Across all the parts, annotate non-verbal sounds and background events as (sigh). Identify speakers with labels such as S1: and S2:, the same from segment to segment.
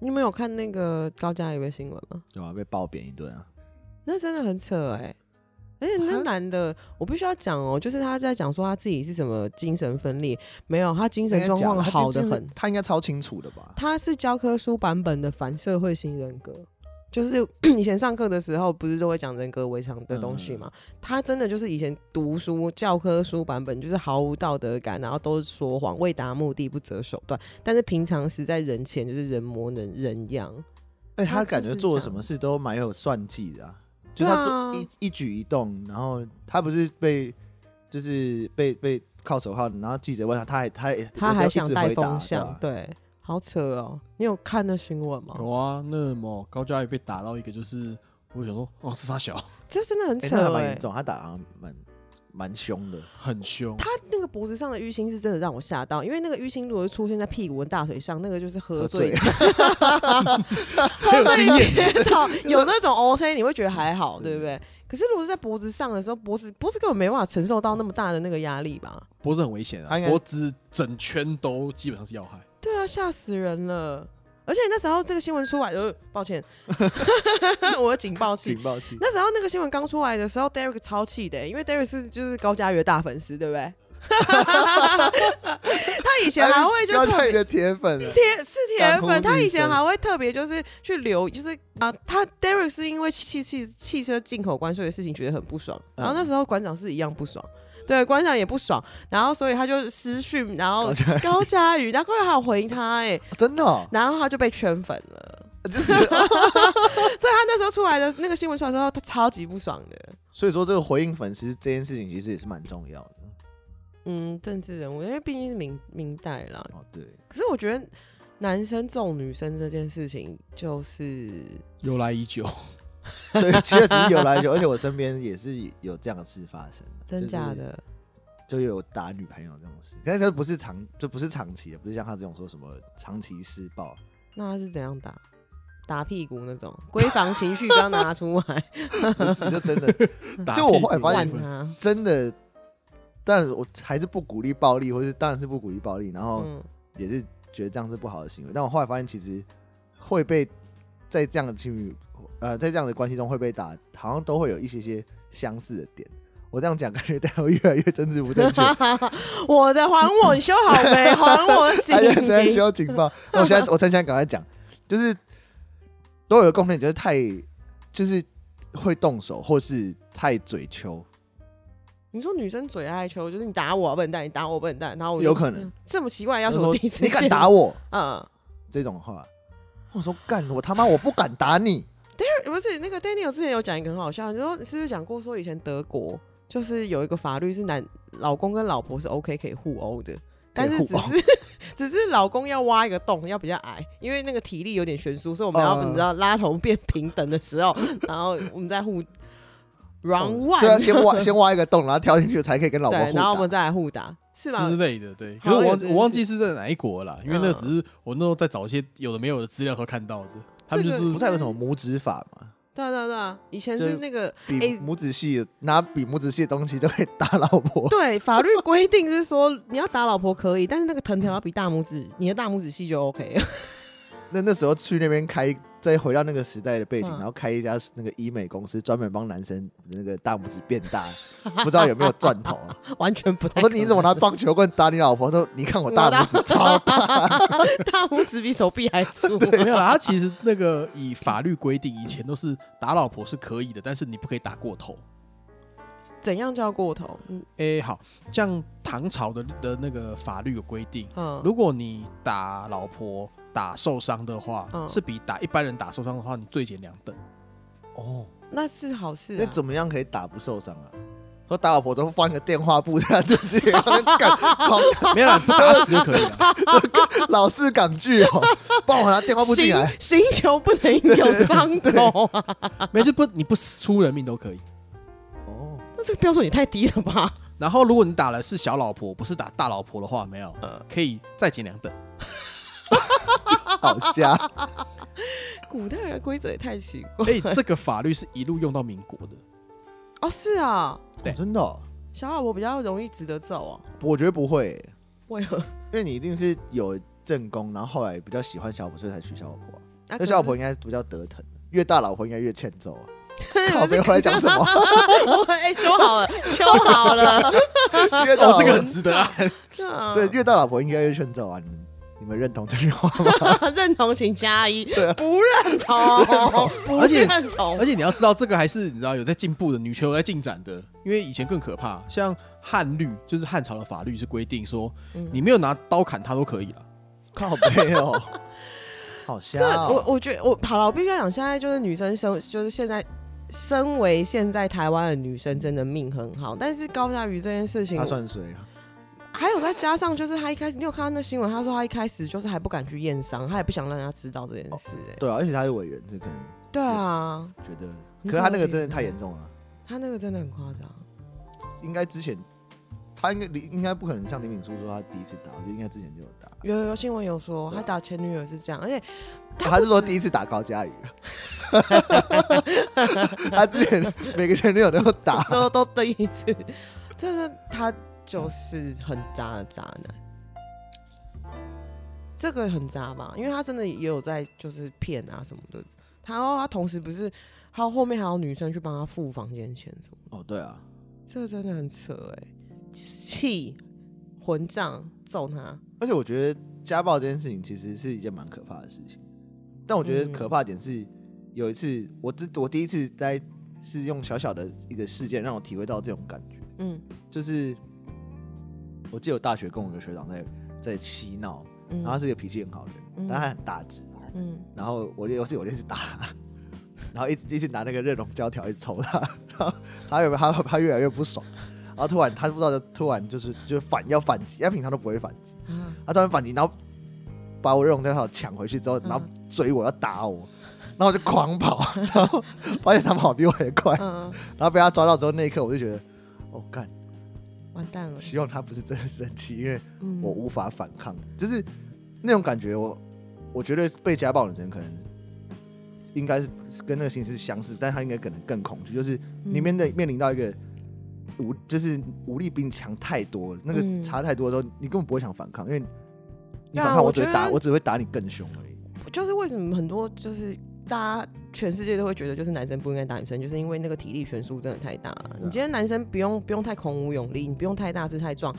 S1: 你们有看那个高嘉瑜的新闻吗？
S2: 对啊，被爆扁一顿啊，
S1: 那真的很扯哎、而且那男的，我必须要讲哦，就是他在讲说他自己是什么精神分裂，没有，他精神状况好的
S3: 他
S1: 很
S3: 精，他应该超清楚的吧？
S1: 他是教科书版本的反社会型人格，就是 (clears throat) 以前上课的时候不是都会讲人格围墙的东西嘛？他真的就是以前读书教科书版本，就是毫无道德感，然后都是说谎，为达目的不择手段，但是平常时在人前就是人模人人样。
S2: 哎，他
S1: 他
S2: 感
S1: 就
S2: 觉
S1: 是
S2: 做
S1: 这
S2: 了
S1: 样
S2: 什么事都蛮有算计的啊，就
S1: 对
S2: 是
S1: 啊
S2: 他做一一举一动，然后他不是被就是被被铐手铐，然后记者问他，他还他也
S1: 他
S2: 也都
S1: 还
S2: 一直
S1: 想带
S2: 回答
S1: 风向，
S2: 对吧
S1: 对，好扯哦！你有看那新闻吗？
S4: 有啊，那么高嘉瑜被打到一个就是，我想说，哦，是他小，
S1: 这真的很
S2: 哎
S1: 扯
S2: 那还
S1: 哎、
S2: 蛮严重，他打得好像蛮蛮凶的，
S4: 很凶。
S1: 他那个脖子上的淤青是真的让我吓到，因为那个淤青如果是出现在屁股跟大腿上，那个就是喝 (laughs) 醉，喝醉跌
S2: (laughs)
S1: 倒，有那种 O C 你会觉得还好，对
S2: 嗯
S1: 不对？可是如果是在脖子上的时候，脖子脖子根本没办法承受到那么大的那个压力吧？
S4: 脖子很危险啊
S2: 他应，该
S4: 脖子整圈都基本上是要害。
S1: 对啊，吓死人了！而且那时候这个新闻出来，呃，抱歉， (laughs) 我的警报器
S2: 警报器。
S1: 那时候那个新闻刚出来的时候，Derek 超气的欸、因为 Derek 是就是高嘉瑜的大粉丝，对不对？ (laughs) 他以前还会就
S2: 要
S1: 特
S2: 哎叫你
S1: 别
S2: 的铁粉啊了，
S1: 铁是铁
S2: 当
S1: 粉，
S2: 红
S1: 他
S2: 女
S1: 以前
S2: 神
S1: 还会特别就是去留，就是啊，他 Derek 是因为汽汽汽车进口关税的事情觉得很不爽，
S2: 嗯
S1: 然后那时候馆长是一样不爽。对，馆长也不爽，然后所以他就私讯，然后高嘉瑜，然后高嘉瑜还有回他、欸，哎，
S2: 真的哦，
S1: 然后他就被圈粉了，
S2: (laughs) 就是哦
S1: 所以他那时候出来的那个新闻出来之后，他超级不爽的。
S2: 所以说这个回应粉丝这件事情其实也是蛮重要的
S1: 嗯，政治人物，因为毕竟是明明代啦。
S2: 哦，对，
S1: 可是我觉得男生揍女生这件事情，就是
S4: 由来已久，
S2: (laughs) 对，确实是有来有，而且我身边也是有这样的事发生，
S1: 真假
S2: 就是
S1: 的，
S2: 就有打女朋友这种事，但是不是长，就不是长期的，不是像他这种说什么长期施暴，
S1: 那他是怎样打？打屁股那种，闺房情绪不要拿出
S2: (laughs)
S1: 来，
S2: 不是就真的
S4: (laughs)
S2: (laughs)
S4: 打
S2: 就我
S4: 屁股
S2: 后来发
S1: 管
S2: 现
S1: 他。
S2: 真的，但我还是不鼓励暴力，或是当然是不鼓励暴力，然后
S1: 嗯，
S2: 也是觉得这样是不好的行为。但我后来发现，其实会被在这样的情侣，呃，在这样的关系中会被打，好像都会有一些些相似的点。我这样讲，感觉大家会越来越政治
S1: (laughs)
S2: 不正确，
S1: 我的还我，你修好没？还我行
S2: (laughs) 他现在在
S1: 李。
S2: 修警
S1: (laughs)
S2: 报。那我现在，我趁现在赶快讲，就是都有个共同点，就是太就是会动手，或是太嘴求，
S1: 你说女生嘴爱求，就是你打我啊笨蛋，你打我笨蛋，然后我就
S2: 有可能
S1: 嗯这么奇怪的要
S2: 就
S1: 求，
S2: 说
S1: 我第一次
S2: 你敢
S1: 见
S2: 打？我
S1: 嗯，
S2: 这种话，我说干我他妈我不敢打你，
S1: 不是那个 Daniel 之前有讲一个很好笑，你说是不是讲过说以前德国就是有一个法律是男老公跟老婆是 OK 可以互殴的，但是
S2: 互
S1: 只是 (laughs) 只是老公要挖一个洞要比较矮，因为那个体力有点悬殊，所以我们要、
S2: 嗯
S1: 你知道拉头变平等的时候，然后我们再
S2: (laughs)
S1: 互 round
S2: 哦所以要
S1: one，、
S2: 先挖先挖一个洞，然后跳进去才可以跟老婆
S1: 对，
S2: 互
S1: 然后我
S2: 打
S1: 们。再来互打，啊是吗
S4: 之？类的，对。可
S1: 好
S4: 是我
S1: 有这
S4: 忘记
S1: 件
S4: 我忘记是在哪一国了啦，因为
S2: 啊
S4: 那
S1: 嗯
S4: 只是我那时候在找一些有的没有的资料时候看到的。他们就
S1: 这个
S4: 是
S2: 不是还有什么拇指法吗？
S1: 对啊对啊对啊，以前
S2: 就是
S1: 那个
S2: 比
S1: 哎
S2: 拇指细的拿比拇指细的东西就可以打老婆。 (laughs)
S1: 对法律规定是说你要打老婆可以，但是那个藤条要比大拇指，你的大拇指细就 OK 了。 (laughs)
S2: 那那时候去那边开，再回到那个时代的背景，
S1: 嗯
S2: 然后开一家那个医美公司，专门帮男生那个大拇指变大，不知道有没有赚头啊、 (laughs)
S1: 完全不太可
S2: 我说
S1: 能。
S2: 你怎么拿棒球棍打你老婆？他说你看我大拇指超大。
S1: 大，
S2: (laughs)
S1: (laughs) 大拇指比手臂还粗。
S4: (laughs) 没有啦，他其实那个以法律规定，以前都是打老婆是可以的，但是你不可以打过头。
S1: 怎样叫过头？嗯
S4: 诶，好像唐朝的的那个法律有规定，
S1: 嗯，
S4: 如果你打老婆打受伤的话，
S1: 嗯
S4: 是比打一般人打受伤的话，你罪减两等。
S2: 哦，
S1: 那是好事、啊。
S2: 那怎么样可以打不受伤啊？说打老婆之后放一个电话簿，这样就直接干狂
S4: (laughs) 没有啦，打死就可以了。
S2: 老式港剧哦，帮我拿电话簿进来。
S1: 行行球不能有伤口啊！
S4: 没有就不你不出人命都可以。
S2: 哦，
S1: (laughs) 那这个标准也太低了吧？
S4: 然后如果你打了是小老婆，不是打大老婆的话，没有
S1: 嗯
S4: 可以再减两
S1: (laughs)
S4: 等。
S2: 好瞎。
S1: 古代人的规则也太奇怪
S4: 哎，这个法律是一路用到民国的。
S1: 哦。是啊，
S4: (laughs) 对
S2: 哦真的哦、
S1: 小老婆比较容易值得揍哦。
S2: 我觉得不会欸、
S1: 为何？
S2: 因为你一定是有正宫，然后后来比较喜欢小老婆，所以才娶小老婆啊、
S1: 那
S2: 那
S1: 可
S2: 小老
S1: 是
S2: 婆应该比较得疼，越大老婆应该越欠揍啊。
S1: 我 (laughs)
S2: 靠背我来讲什么？
S1: 我哎、修好
S2: (laughs)
S1: 了，修好了。
S2: 越大
S4: 哦
S2: 老，
S4: 这个很
S2: 婆
S4: 值
S1: (laughs)
S4: 得啊！
S1: 嗯
S2: 对，越大老婆应该越欠揍啊！你们你们认同这句话吗？
S1: (laughs) 认同请加一，
S2: 啊
S1: 不认同，不
S4: 而且
S1: 认同
S4: 而。且你要知道，这个还是你知道有在进步的，女权有在进展的。因为以前更可怕，像汉律，就是汉朝的法律是规定说，
S1: 嗯
S4: 你没有拿刀砍他都可以了。
S2: 靠背哦，好
S1: 这
S2: 香
S1: 我
S2: 哦！
S1: 我觉得我好了，我必须要讲，现在就是女生生，就是现在身为现在台湾的女生，真的命很好。但是高嘉瑜这件事情
S2: 他，算谁啊？
S1: 还有再加上就是她一开始，你有看到那新闻，她说她一开始就是还不敢去验伤，她也不想让人家知道这件事、哎、
S2: 对啊，而且他是委员，这可能
S1: 对啊，
S2: 觉得，
S1: 很
S2: 可是
S1: 可
S2: 他那个
S1: 怜
S2: 真
S1: 啊
S2: 的太严重了，
S1: 她那个真的很夸张。
S2: 应该之前他应该应该不可能像李敏书说他第一次打，我觉得应该之前就有打。
S1: 有有有新闻有说，她打前女友是这样，而且她
S2: 他是说第一次打高佳宇， (laughs) 他之前每个前女友都有打，
S1: 都都第一次， (laughs) 真的他就是很渣的渣男，这个很渣吧？因为他真的也有在就是骗啊什么的，他哦他同时不是，他后面还有女生去帮他付房间钱什么的，
S2: 哦，对啊，
S1: 这个真的很扯哎、气混账揍他，
S2: 而且我觉得家暴这件事情其实是一件蛮可怕的事情，但我觉得
S1: 嗯
S2: 可怕的点是，有一次我只我第一次在是用小小的一个事件让我体会到这种感觉，
S1: 嗯
S2: 就是我记得我大学跟我一个学长在在嬉闹，
S1: 嗯，
S2: 然后他是一哎个脾气很好的人，
S1: 嗯
S2: 然后他很大只，
S1: 嗯
S2: 然后我就有次我就一直打他， (laughs) 然后一直一直拿那个热熔胶条一直抽他，然后他有他他越来越不爽，然后突然他不知道突然就是就反要反击，他平常都不会反击，
S1: 啊
S2: 他突然反击，然后把我热熔胶条抢回去之后，
S1: 嗯
S2: 然后追我要打我。然后我就狂跑，然后发现他跑比我还快，
S1: 嗯，
S2: 然后被他抓到之后，那一刻我就觉得，哦，干，
S1: 完蛋了，
S2: 希望他不是真的生气，因为
S1: 嗯，
S2: 我无法反抗，就是那种感觉我。我觉得被家暴的人可能应该是跟那个形式相似，但他应该可能更恐惧，就是
S1: 嗯
S2: 你面对面临到一个无，就是武力比你强太多了，那
S1: 嗯
S2: 个差太多的时候，你根本不会想反抗，因为你
S1: 对啊
S2: 反抗
S1: 我
S2: 我只
S1: 觉
S2: 会打，
S1: 得
S2: 我只会打你更凶而已。
S1: 就是为什么很多就是大家全世界都会觉得就是男生不应该打女生，就是因为那个体力悬殊真的太大了。
S2: 啊
S1: 你今天男生不用不用太孔武有力，你不用太大只太壮。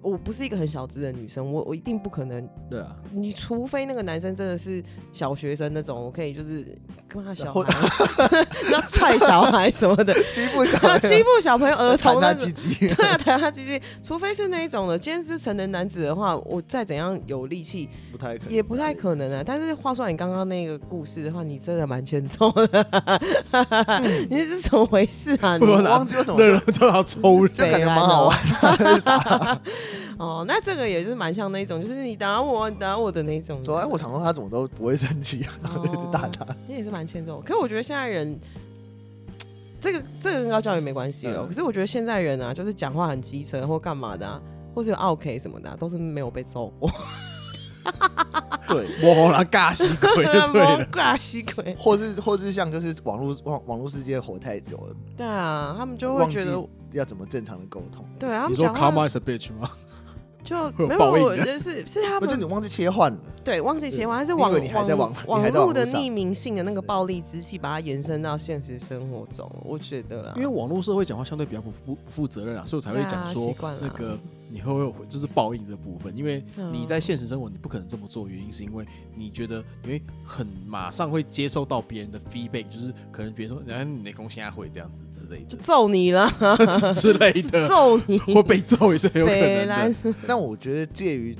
S1: 我不是一个很小只的女生，我我一定不可能。
S2: (laughs) 对啊，
S1: 你除非那个男生真的是小学生那种，我可以就是跟他小
S2: 或
S1: 孩， (laughs) 然后踹小孩什么
S2: (laughs)
S1: 的，
S2: (laughs) 欺负小
S1: 欺负小朋友儿
S2: 弹
S1: 童那
S2: 他
S1: 种
S2: 鸡。鸡，
S1: 对啊，弹他鸡鸡，除非是那一种的。今天是成人男子的话，我再怎样有力气，
S2: (laughs) 不太可能，
S1: 也不太可能啊。但是话说你刚刚那个故事的话，你真的蛮欠揍的， (laughs) 你是怎么回事啊？你
S2: 嗯
S4: 我
S2: 我
S4: 拿
S2: 忘记
S4: (laughs)
S2: 为什么
S4: 热熔胶条抽人，
S2: 就感觉蛮好玩啊
S1: (laughs) 哦，那这个也是蛮像那种，就是你打我，你打我的那种。哦
S2: 说哎，我想说他怎么都不会生气啊，然后 (laughs) 就一直打他。
S1: 你也是蛮欠揍。可是我觉得现在人，这个这个跟高教育没关系了。
S2: 嗯
S1: 可是我觉得现在人啊，就是讲话很机车或干嘛的、啊，或是有 OK 什么的啊、都是没有被揍过。。
S2: 对，
S4: 我拿尬死鬼就对了
S1: (laughs) 怪吸鬼。
S2: 或是或是像就是网络网网络世界活太久了，
S1: 对啊，他们就会
S2: 忘记
S1: 觉得，
S2: 要怎么正常的沟通，
S1: 对啊，他
S4: 你
S1: 们
S4: 说
S1: 讲
S4: “come
S1: 话
S4: on is a bitch” 吗？
S2: (laughs)
S1: 就
S4: 有
S1: 没有，
S4: 报应
S1: 我
S4: 的
S1: 觉得是是啊他
S2: 不
S1: 们
S2: 是你忘记切换了，
S1: 对，忘记
S2: 对
S1: 写完，还是
S2: 你以
S1: 网
S2: 为你还在
S1: 网
S2: 网你
S1: 网
S2: 还在
S1: 络
S2: 网
S1: 的
S2: 络上
S1: 匿名性的那个暴力之气，把它延伸到现实生活中，我觉得啦，
S4: 因为网络社会讲话相对比较不负不负责任啊，所以我才会
S1: 对啊
S4: 讲
S1: 习
S4: 说
S1: 惯了
S4: 那个你会不会就是报应这部分，因为
S1: 嗯
S4: 你在现实生活你不可能这么做，原因是因为你觉得你会很马上会接受到别人的 feedback，就是可能别人说，然后你的公现在会这样子之类
S1: 就
S4: 的
S1: 揍你
S2: (laughs)
S1: 了，
S4: 之类的，
S1: 揍你，
S4: 会被揍也是很有可
S1: 北
S4: 能
S1: 兰
S4: 的。
S2: 但我觉得介于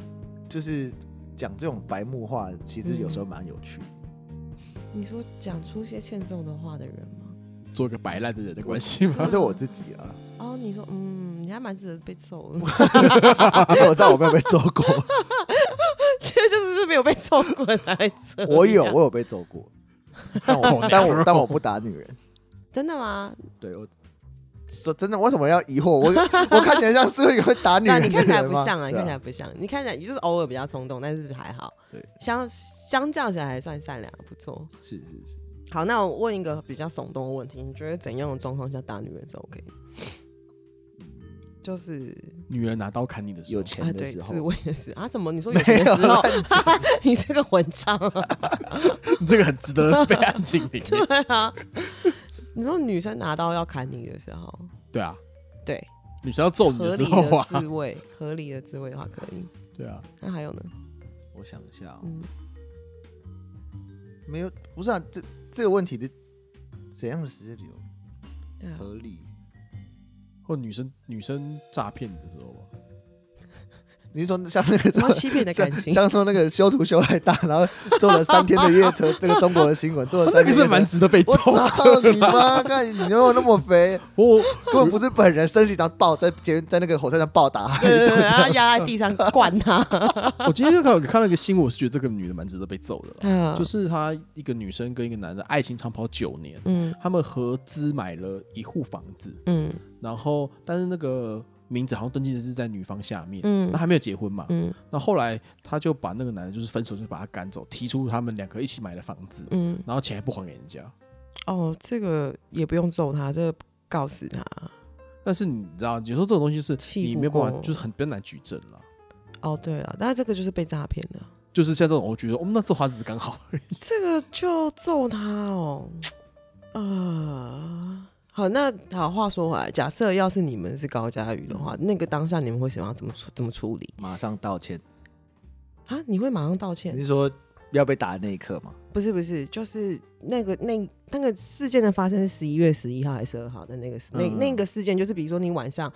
S2: 就是讲这种白目话，其实有时候
S1: 嗯
S2: 蛮有趣的。
S1: (laughs) 你说讲出一些欠揍的话的人吗？
S4: 做一个摆烂的人的关系吗？
S2: (laughs) 对我自己啊，
S1: 哦，你说，嗯，你还蛮值得被揍 (laughs) 的，
S2: 因为我知道我没有被揍
S1: (laughs)
S2: 过，
S1: 这就是没有被揍过才这样
S2: (laughs) 我有我有被
S1: (laughs)
S2: 揍过，但我但我但我不打女人。
S1: 真的吗？
S2: 对我说真的，为什么要疑惑我？我看起来像是会会打女
S1: 那
S2: 人
S1: 你
S2: 的
S1: 看起来
S2: 人
S1: 不
S2: 吗？
S1: 像啊，你
S2: 对
S1: 看起来不像，你看起来你就是偶尔比较冲动，但是还好，
S4: 对，
S1: 相相较起来还算善良，不错。
S2: 是是是，
S1: 好，那我问一个比较耸动的问题，你觉得怎样的状况下打女人是 OK 的？ (laughs) 就是
S4: 女人拿刀砍你的时候，
S2: 有
S1: 啊，
S2: 钱的
S1: 对，
S2: 时
S1: 自
S2: 候，
S1: 慰的时候啊，什么？你说有钱的时候， (laughs) 你这个混账啊！
S4: (laughs) 你这个很值得被按警铃。
S1: 对啊，你说女生拿刀要砍你的时候，
S4: 对啊，
S1: 对，
S4: 女生要揍你
S1: 合
S4: 的
S1: 理
S4: 时
S1: 的
S4: 候啊
S1: 自，慰，合理的自慰的话可以。
S4: 对啊，
S1: 那还有呢？
S2: 我想一下哦、
S1: 嗯，
S2: 没有，不是啊，这这个问题的怎样的时间理由
S1: 对啊，
S2: 合理？
S4: 或女生女生诈骗你的时候吧，
S2: 你是说像那个
S1: 怎
S2: 什
S1: 么
S2: 么？
S1: 欺骗你的
S2: 像
S1: 感
S4: (laughs)
S1: 情？
S2: 像说那个修图修来大，然后坐了三天的夜车，这个中国的新闻坐了
S4: (laughs) 这
S2: 三
S4: 哦个
S2: 天
S4: 是
S2: 的
S4: (laughs)
S2: 夜车，
S4: 蛮值得被揍
S2: 我。操你妈！看你怎么那么肥，
S4: 我
S2: 根本不是本人，生气然后暴在街在那个火车上暴打。
S1: 对对对，然后压在地上灌
S4: (laughs)
S1: 他。
S4: 我今天就看有看到一个新闻，我是觉得这个女的蛮值得被揍的啦。
S1: 嗯，
S4: 就是她一个女生跟一个男的爱情长跑九年，
S1: 嗯
S4: 他们合资买了一户房子，
S1: 嗯
S4: 然后但是那个名字好像登记的是在女方下面，
S1: 嗯
S4: 那还没有结婚嘛。
S1: 嗯
S4: 那后来她就把那个男的就是分手就把他赶走，提出他们两个一起买的房子，
S1: 嗯，
S4: 然后钱还不还给人家。
S1: 哦，这个也不用揍他，这个告死他。
S4: 但是你知道，有时候这种东西就是
S1: 气不
S4: 你没有办法，
S1: 过
S4: 就是很比较难举证了。
S1: 哦，对了，但是这个就是被诈骗的，
S4: 就是像这种，我觉得我们、那这花只是
S2: (laughs)
S4: 刚好。
S1: 这个就揍他哦。啊、好，那好，话说回来，假设要是你们是高佳瑜的话，那个当下你们会想要怎么处怎么处理
S2: 马上道歉，
S1: 啊？你会马上道歉
S2: 你？是说要被打的那一刻吗？
S1: 不是不是，就是那个那那个事件的发生是十一月十一号还是二号的那个事那
S4: 嗯
S1: 那个事件，就是比如说你晚上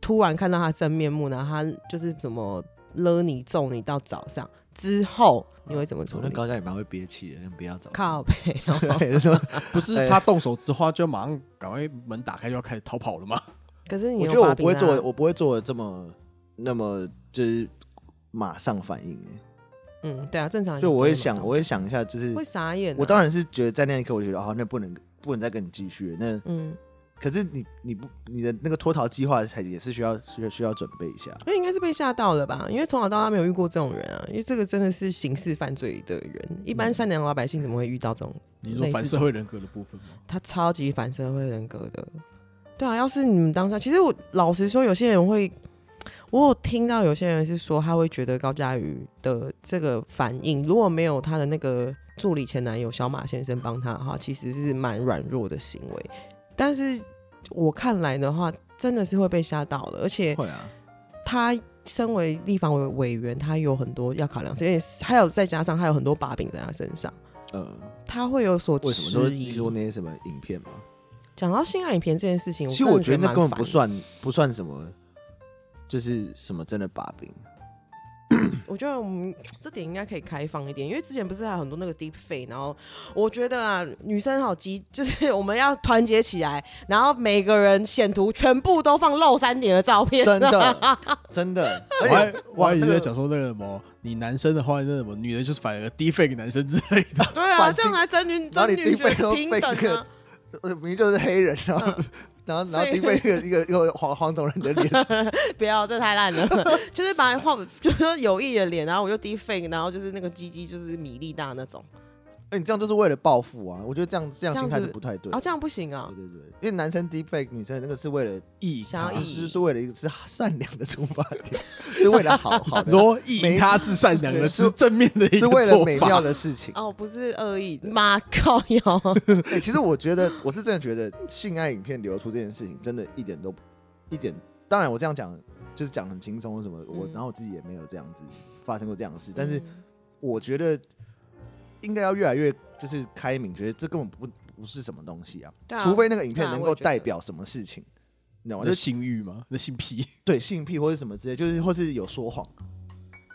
S1: 突然看到他真面目，然后他就是怎么勒你揍你到早上之后，你会怎么处理？
S2: 家也蛮会憋气的，不要找
S1: 靠背、
S2: (laughs)
S1: 哦，
S2: 对，说
S4: 不是
S2: 哎
S4: 他动手之后，就马上赶快门打开就要开始逃跑了吗？
S1: 可是你
S2: 我
S1: 有
S2: 觉得
S1: 把
S2: 我不
S1: 柄
S2: 会
S1: 啊
S2: 做，我不会做得这么那么就是马上反应欸，
S1: 嗯，对啊，正常人
S2: 就
S1: 啊不
S2: 我会
S1: 马
S2: 想，
S1: 上
S2: 我会想一下，就是
S1: 会傻眼啊、
S2: 我当然是觉得在那一刻，我觉得哦，那不能不能再跟你继续了，那
S1: 嗯，
S2: 可是你你不你的那个脱逃计划才也是需要需要需要准备一下。
S1: 那应该是被吓到了吧？因为从小到大没有遇过这种人啊，因为这个真的是刑事犯罪的人，一
S2: 嗯
S1: 般善良老百姓怎么会遇到这种？
S4: 你说反社会人格的部分吗？
S1: 他超级反社会人格的。对啊，要是你们当下，其实我老实说，有些人会，我有听到有些人是说，他会觉得高佳瑜的这个反应，如果没有他的那个助理前男友小马先生帮他的话，其实是蛮软弱的行为。但是我看来的话，真的是会被吓到的，而且
S4: 会啊，
S1: 他身为立法委委员，他有很多要考量，而且还有再加上他有很多把柄在他身上，
S2: 嗯，
S1: 他会有所
S2: 为什么都
S1: 呃迟
S2: 是
S1: 疑。
S2: 说那些什么影片嘛？
S1: 讲到性爱影片这件事情，
S2: 其实
S1: 真的
S2: 我觉得那
S1: 蛮
S2: 根本
S1: 烦
S2: 不算不算什么，就是什么真的把
S1: (laughs)
S2: 柄。
S1: 的。我觉得我们这点应该可以开放一点，因为之前不是还有很多那个 deep fake，然后我觉得啊，女生好急，就是我们要团结起来，然后每个人显图全部都放露三点的照片，
S2: 真的，真的，
S4: 我
S2: 而
S4: 还
S2: 且
S4: 我还以
S2: 哎那
S4: 为在
S2: 个
S4: 讲说那个什么，你男生的话，那什么女的就是反而低费给男生之类的。
S1: (laughs) 对啊，
S2: 反
S1: 这样还真女
S2: 然后
S1: 真
S2: 你
S1: 女
S2: deep fake
S1: 觉得
S2: 都
S1: 平
S2: fake
S1: 等啊
S2: 个。呃明明就是黑人，然
S1: 嗯
S2: 后然后然后低配一个一个一个黄黄种人
S1: (laughs)
S2: 的脸，
S1: (laughs) 不要，这太烂
S2: (laughs)
S1: 了，就是把画，就是说有意的脸，然后我就 d e f a k e 然后就是那个鸡鸡就是米粒大那种，
S2: 哎那你这样就是为了报复啊！我觉得这样这样
S1: 这样
S2: 心态就
S1: 子
S2: 不太对
S1: 哦，。这样不行啊
S2: 对，对对，因为男生 deep fake 女生那个是为了，
S4: 意
S1: 想要
S2: 就
S1: 意
S2: 啊是是为了一个是善良的出发点，是为了好
S1: (laughs)
S2: 好的，
S4: 说意淫他是善良的，
S2: 没
S4: 是正面的一个
S2: 是为了
S4: 做
S2: 美
S4: 法 (laughs)
S2: 妙的事情。
S1: 哦，不是恶意，妈靠腰，
S2: 欸，其实我觉得，我是真的觉得性爱影片流出这件事情，真的一点都不一点。当然，我这样讲就是讲很轻松或什么，我
S1: 嗯
S2: 然后我自己也没有这样子发生过这样的事，但是我觉得应该要越来越就是开明，觉得这根本不不是什么东西啊，
S1: 对啊
S2: 除非那个影
S1: 对
S2: 片
S1: 啊
S2: 能
S1: 我
S2: 够
S1: 也觉
S2: 代
S1: 得
S2: 表什么事情，你知道吗？
S4: 那
S2: 就
S4: 性欲吗？那性癖？
S2: 对性癖或者什么之类，就是或是有说谎，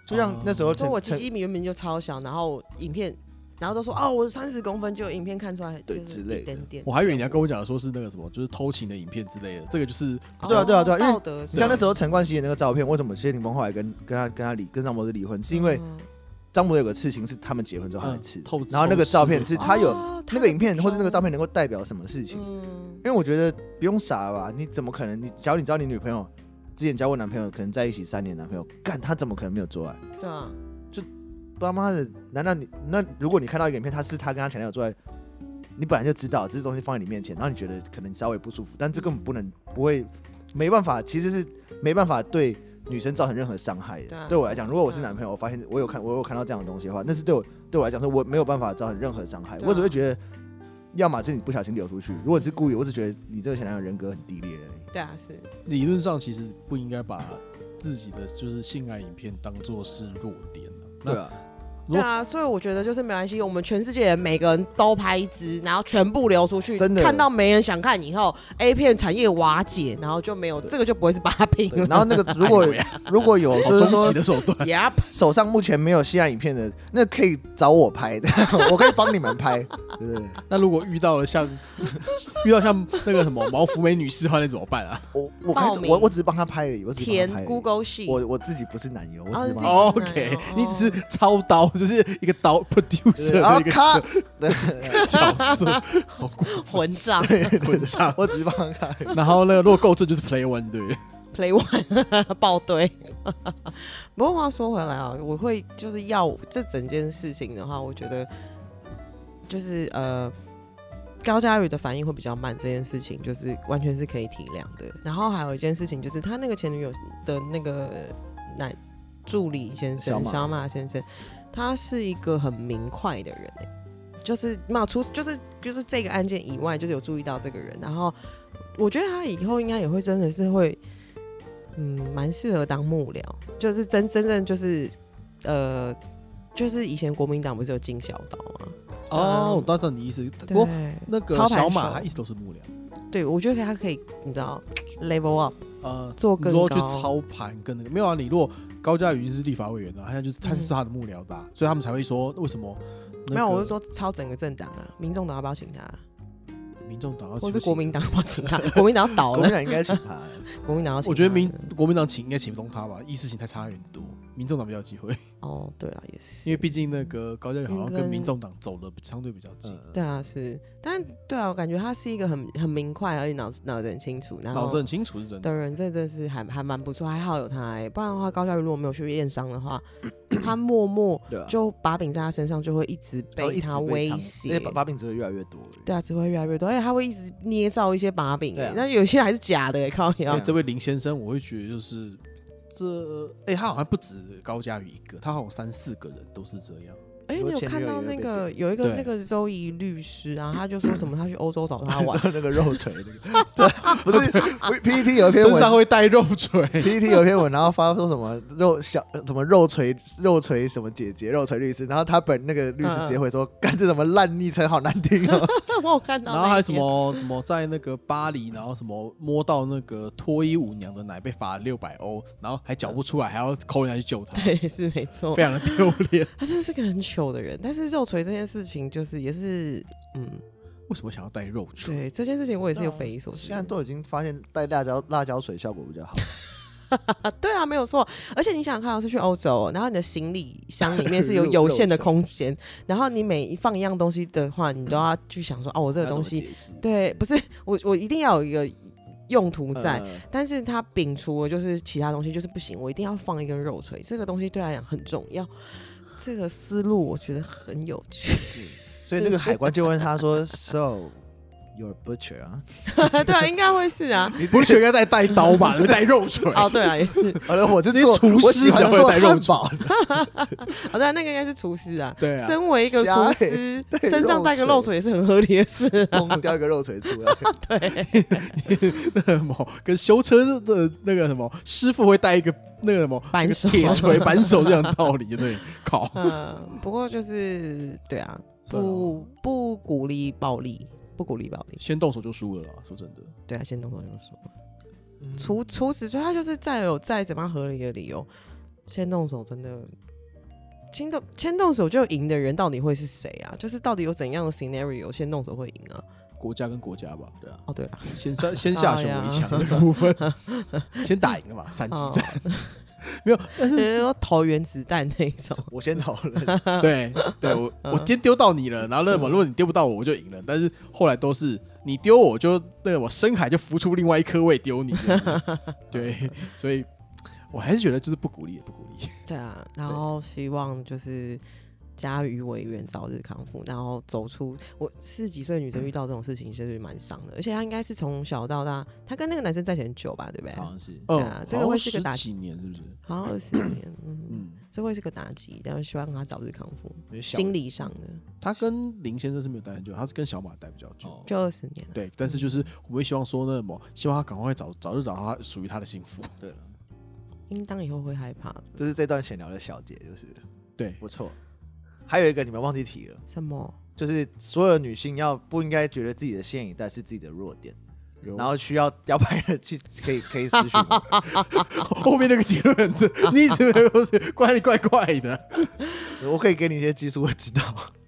S2: 就像那时候
S1: 我说
S2: 陈
S1: 哦我鸡
S2: 陈
S1: 鸡原本就超小，然后影片，然后都说哦，我三十公分，就有影片看出来，
S2: 对
S1: 就是
S2: 之类的
S1: 一点点，
S4: 我还以为你要跟我讲说是那个什么，就是偷情的影片之类的。这个就是
S1: 哦
S2: 对啊对啊对啊因为
S1: 道德
S2: 像那时候陈冠希的那个照片，为什么谢霆锋后来跟跟他跟他离跟张柏芝离婚，是因为。
S1: 嗯
S2: 张博有个事情啊是他们结婚之后他
S4: 嗯
S2: 一次，
S4: 透
S2: 然后那个照片是
S4: 透视
S2: 他有、
S1: 哦
S2: 那个影片或是那个照片能够代表什么事情？
S1: 嗯
S2: 因为我觉得不用傻了吧，你怎么可能？你假如你知道你女朋友之前交过男朋友，可能在一起三年，男朋友干他怎么可能没有做爱？
S1: 对啊，
S2: 他妈的，难道你那如果你看到一个影片，他是他跟他前男友做爱，你本来就知道这些东西放在你面前，然后你觉得可能稍微不舒服，但这根本不能不会没办法，其实是没办法对女生造成任何伤害的。
S1: 对啊
S2: 对我来讲，如果我是
S1: 对啊
S2: 男朋友，我发现我有看我有看到这样的东西的话，那是对我对我来讲是我没有办法造成任何伤害，
S1: 对啊
S2: 我只会觉得，要么是你不小心流出去，如果你是故意，我只觉得你这个前男友人格很低劣而已。
S1: 对啊，是
S4: 理论上其实不应该把自己的就是性爱影片当做是弱点啊
S2: 对
S4: 那
S2: 啊，
S4: 如
S1: 对
S4: 果
S1: 啊，所以我觉得就是没关系，我们全世界人每个人都拍一支，然后全部流出去，
S2: 真的
S1: 看到没人想看以后，A 片产业瓦解，然后就没有这个就不会是把柄
S2: 对
S1: 了。，
S2: 然后那个如果
S4: (laughs) 哎呦喂
S2: 如果有
S4: 好
S2: 就是
S4: 终极
S2: 说
S4: 的手段
S1: Yep，
S4: (laughs)
S2: 手上目前没有西安影片的，那可以找我拍的，我可以帮你们拍，对不对？
S4: 那如果遇到了像 (laughs) 遇到像那个什么毛福美女士的话，那怎么办 (laughs) 啊？
S2: 我我
S1: 报
S2: 开
S1: 名
S2: 我我只是帮他拍而已，我只是帮他拍而
S1: 填
S2: 已
S1: Google 系，
S2: 我我自己不是男友，我
S1: 哦
S2: 只是帮
S1: 自己
S2: 他
S1: 哦
S4: OK，
S1: 哦
S4: 你只是操刀，就是一个刀 producer
S2: 对啊
S4: 的一
S2: 咔
S4: 个角色， (laughs) 好过分
S1: 混账
S4: 混账。
S2: 我只是帮他看。
S4: 然后那个如果够这就是 play one 对不对？
S1: Play One (laughs) 爆堆。不过话说回来啊，我会就是要这整件事情的话，我觉得就是呃。高佳宇的反应会比较慢，这件事情就是完全是可以体谅的。然后还有一件事情，就是他那个前女友的那个男助理先
S2: 小
S1: 生
S2: 马
S1: 小马先生，他是一个很明快的人、欸，就是嘛，除就是就是这个案件以外，就是有注意到这个人。然后我觉得他以后应该也会真的是会，嗯，蛮适合当幕僚，就是真真正就是呃，就是以前国民党不是有金小刀吗？
S4: 哦，
S1: 嗯
S4: 我知道你意思。不过
S1: 对，
S4: 那个
S1: 操盘
S4: 小
S1: 手
S4: 马他一直都是幕僚，
S1: 对我觉得他可以，你知道 level up
S4: 呃，
S1: 做
S4: 你
S1: 更
S4: 说
S1: 高，
S4: 去操盘跟那个没有啊？你若高嘉瑜是立法委员啊，他就是他是他的幕僚的啊，所以他们才会说为什么那
S1: 嗯
S4: 个
S1: 没有，我是说超整个政党啊，民众党要不要请他，
S4: 民众党要
S1: 或
S4: 请
S1: 是
S4: 不
S1: 国
S4: 请
S1: 民党要不要请他？国民党要倒
S2: 国民
S1: 了，
S2: 党应该请他，
S1: 国民党要请他
S4: 我觉得民国民党请应该请不动他吧，意识形态差很多，民众党比较有机会，
S1: 哦，对了，也是，
S4: 因为毕竟那个高嘉瑜好
S1: 嗯
S4: 像
S1: 跟
S4: 跟民众党走的相对比较近，
S2: 嗯
S1: 对啊，是，但对啊，我感觉他是一个很很明快，而且脑脑子很清楚，嗯然后
S4: 脑子很清楚是真的。
S1: 的人，这真是还还蛮不错，还好有他、欸，不然的话，高教育如果没有去验伤的话，他默默
S2: 对啊，
S1: 就把柄在他身上，就会一直
S2: 然后
S1: 被
S2: 一直
S1: 他
S2: 被
S1: 威
S2: 藏而
S1: 胁
S4: 哎
S2: 且。把把柄只会越来越多而已。
S1: 对啊，只会越来越多，而且他会一直捏造一些把柄、
S2: 对
S1: 欸
S2: 啊，
S1: 那、有些还是假的、欸，靠
S4: 然
S1: 腰
S4: 后。这位林先生，我会觉得就是这，哎、他好像不止高嘉瑜一个，他好像有三四个人都是这样。
S1: 哎、
S2: 有
S1: 你有
S2: 前
S1: 看
S2: 女友
S1: 到
S2: 也
S1: 那
S2: 会被
S1: 个有一个
S4: 对
S1: 那个周怡律师啊，他就说什么他去欧洲
S2: (laughs)
S1: 找他
S2: 你
S1: 玩 (laughs)
S2: 知，道那个肉锤那个，对，不是 PPT 有一篇
S4: 身上
S2: 文
S4: 会带肉锤， (laughs)
S2: ，PPT 有一篇文，然后发说什么肉小什么肉锤肉锤什么姐姐肉锤律师，然后他本那个律师直接会说，干这什么烂昵称好难听哦，
S1: 我有看到。
S4: 然后还有什？么什么在那个巴黎，然后什么摸到那个脱衣舞娘的奶被罚六百欧，然后还缴不出来，还要扣人家去救他，
S1: (laughs) 对，是没错
S4: 非。常的丢脸。
S1: 他真的是个很糗的人，但是肉锤这件事情就是也是，嗯，
S4: 为什么想要带肉锤？
S1: 对这件事情我也是有
S2: 对啊
S1: 匪夷所思
S2: 现
S1: 的
S2: 在。都已经发现带辣椒辣椒水效果比较好，
S1: 啊，对啊，没有错。而且你想想看，是去欧洲，哦然后你的行李箱里面是有
S2: 肉
S1: 有限的
S2: 肉手
S1: 空间，然后你每放一样东西的话，你都要去想说，哦，我这个东西，对，不是 (laughs) 我我一定要有一个用途
S2: 不
S1: 在。但是他摒除了就是其他东西，就是不行，我一定要放一根肉锤，这个东西对他来讲很重要。这个思路我觉得很有趣，
S2: 所以那个海关就问他说，So you're a butcher 啊？
S1: 对啊，应该会是
S4: (laughs)
S1: 啊。
S4: 你不是应该带带刀吧？你带肉锤。
S1: 哦，对啊，也是，
S2: 好了，我是
S4: 直接
S2: 做
S4: 厨
S2: 我
S4: 师
S2: 喜欢
S4: 才会
S2: 做
S4: 带肉
S2: 汉
S4: 球
S2: 堡，
S1: 哦，对啊，那个应该是厨师啊。
S4: 对啊，
S1: 身为一个
S2: 瞎
S1: 厨
S2: 欸
S1: 师，
S2: 对
S1: 身上
S2: 肉
S1: 带个
S2: 锤
S1: 肉锤也是很合理的事啊、
S2: 咚掉一个肉锤出来。 (laughs)
S1: 对，
S4: (laughs) 那个什么，跟修车的那个什么师傅会带一个那个什么
S1: 扳手
S4: 那个铁锤、扳手这样的道理，对，靠，
S1: 嗯，不过就是对啊，
S4: 算了
S1: 不不鼓励暴力，不鼓励暴力。
S4: 先动手就输了啦，说真的，
S1: 对啊，先动手就说。
S2: 嗯
S1: 除除此之外，他就是再有再怎么样合理的理由，先动手真的，先动先动手就赢的人到底会是谁啊？就是到底有怎样的 scenario 先动手会赢啊？
S4: 国家跟国家吧，对啊，
S1: 哦，对了， (laughs)
S4: 先下先下手为
S1: 哎
S4: 强那个部分， (laughs) 先打赢了嘛，三级
S1: 哦哎
S4: 战， (laughs) 没有，但
S1: 就是是说投原子弹那一 (laughs) 种，
S2: 我先投了，
S4: 对对，我
S1: 嗯
S4: 我先丢到你了，然后那么如果你丢不到我，我就赢了，但是后来都是你丢我就那个我深海就浮出另外一颗，我也丢你这样
S1: (laughs)
S4: 子，对，所以我还是觉得就是不鼓励，不鼓励。
S1: 对啊，然后希望就是家与委员早日康复，然后走出我四十几岁的女生遇到这种事情，其实蛮伤的。而且她应该是从小到大，她跟那个男生在一起很久吧，对不对？
S3: 好像是
S4: 嗯，
S1: 对啊这个会是个打
S4: 好像十几年是不是？
S1: 好像二十年，嗯，
S4: 嗯，
S1: 这会是个打击，但是希望她早日康复，
S4: 因为小
S1: 心理上的
S4: 他跟林先生是没有待很久，他是跟小马待比较久。
S3: 哦，
S1: 就二十年了。
S4: 对，但是
S1: 嗯
S4: 就是我们希望说那什么，希望他赶快找早日找到他属于他的幸福。
S3: 对了，
S1: 应当以后会害怕的
S2: 这是这段闲聊的小结，就是
S4: 对，
S2: 不错。还有一个你们忘记提了，
S1: 什么？
S2: 就是所有女性要不应该觉得自己的现一代是自己的弱点，
S4: 有
S2: 然后需要要拍的去可以可以私讯我。
S4: 后面那个结论，你一直没有是怪怪怪的。
S2: 我可以给你一些技术，我知道，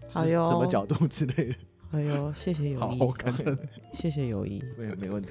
S2: 就
S1: 哎
S2: 是
S1: 呦
S2: 什么角度之类的，
S1: 哎呦，谢谢友 (laughs)
S4: 好
S1: 谊，
S4: 好看，
S1: 谢谢友谊。
S2: 没没问题。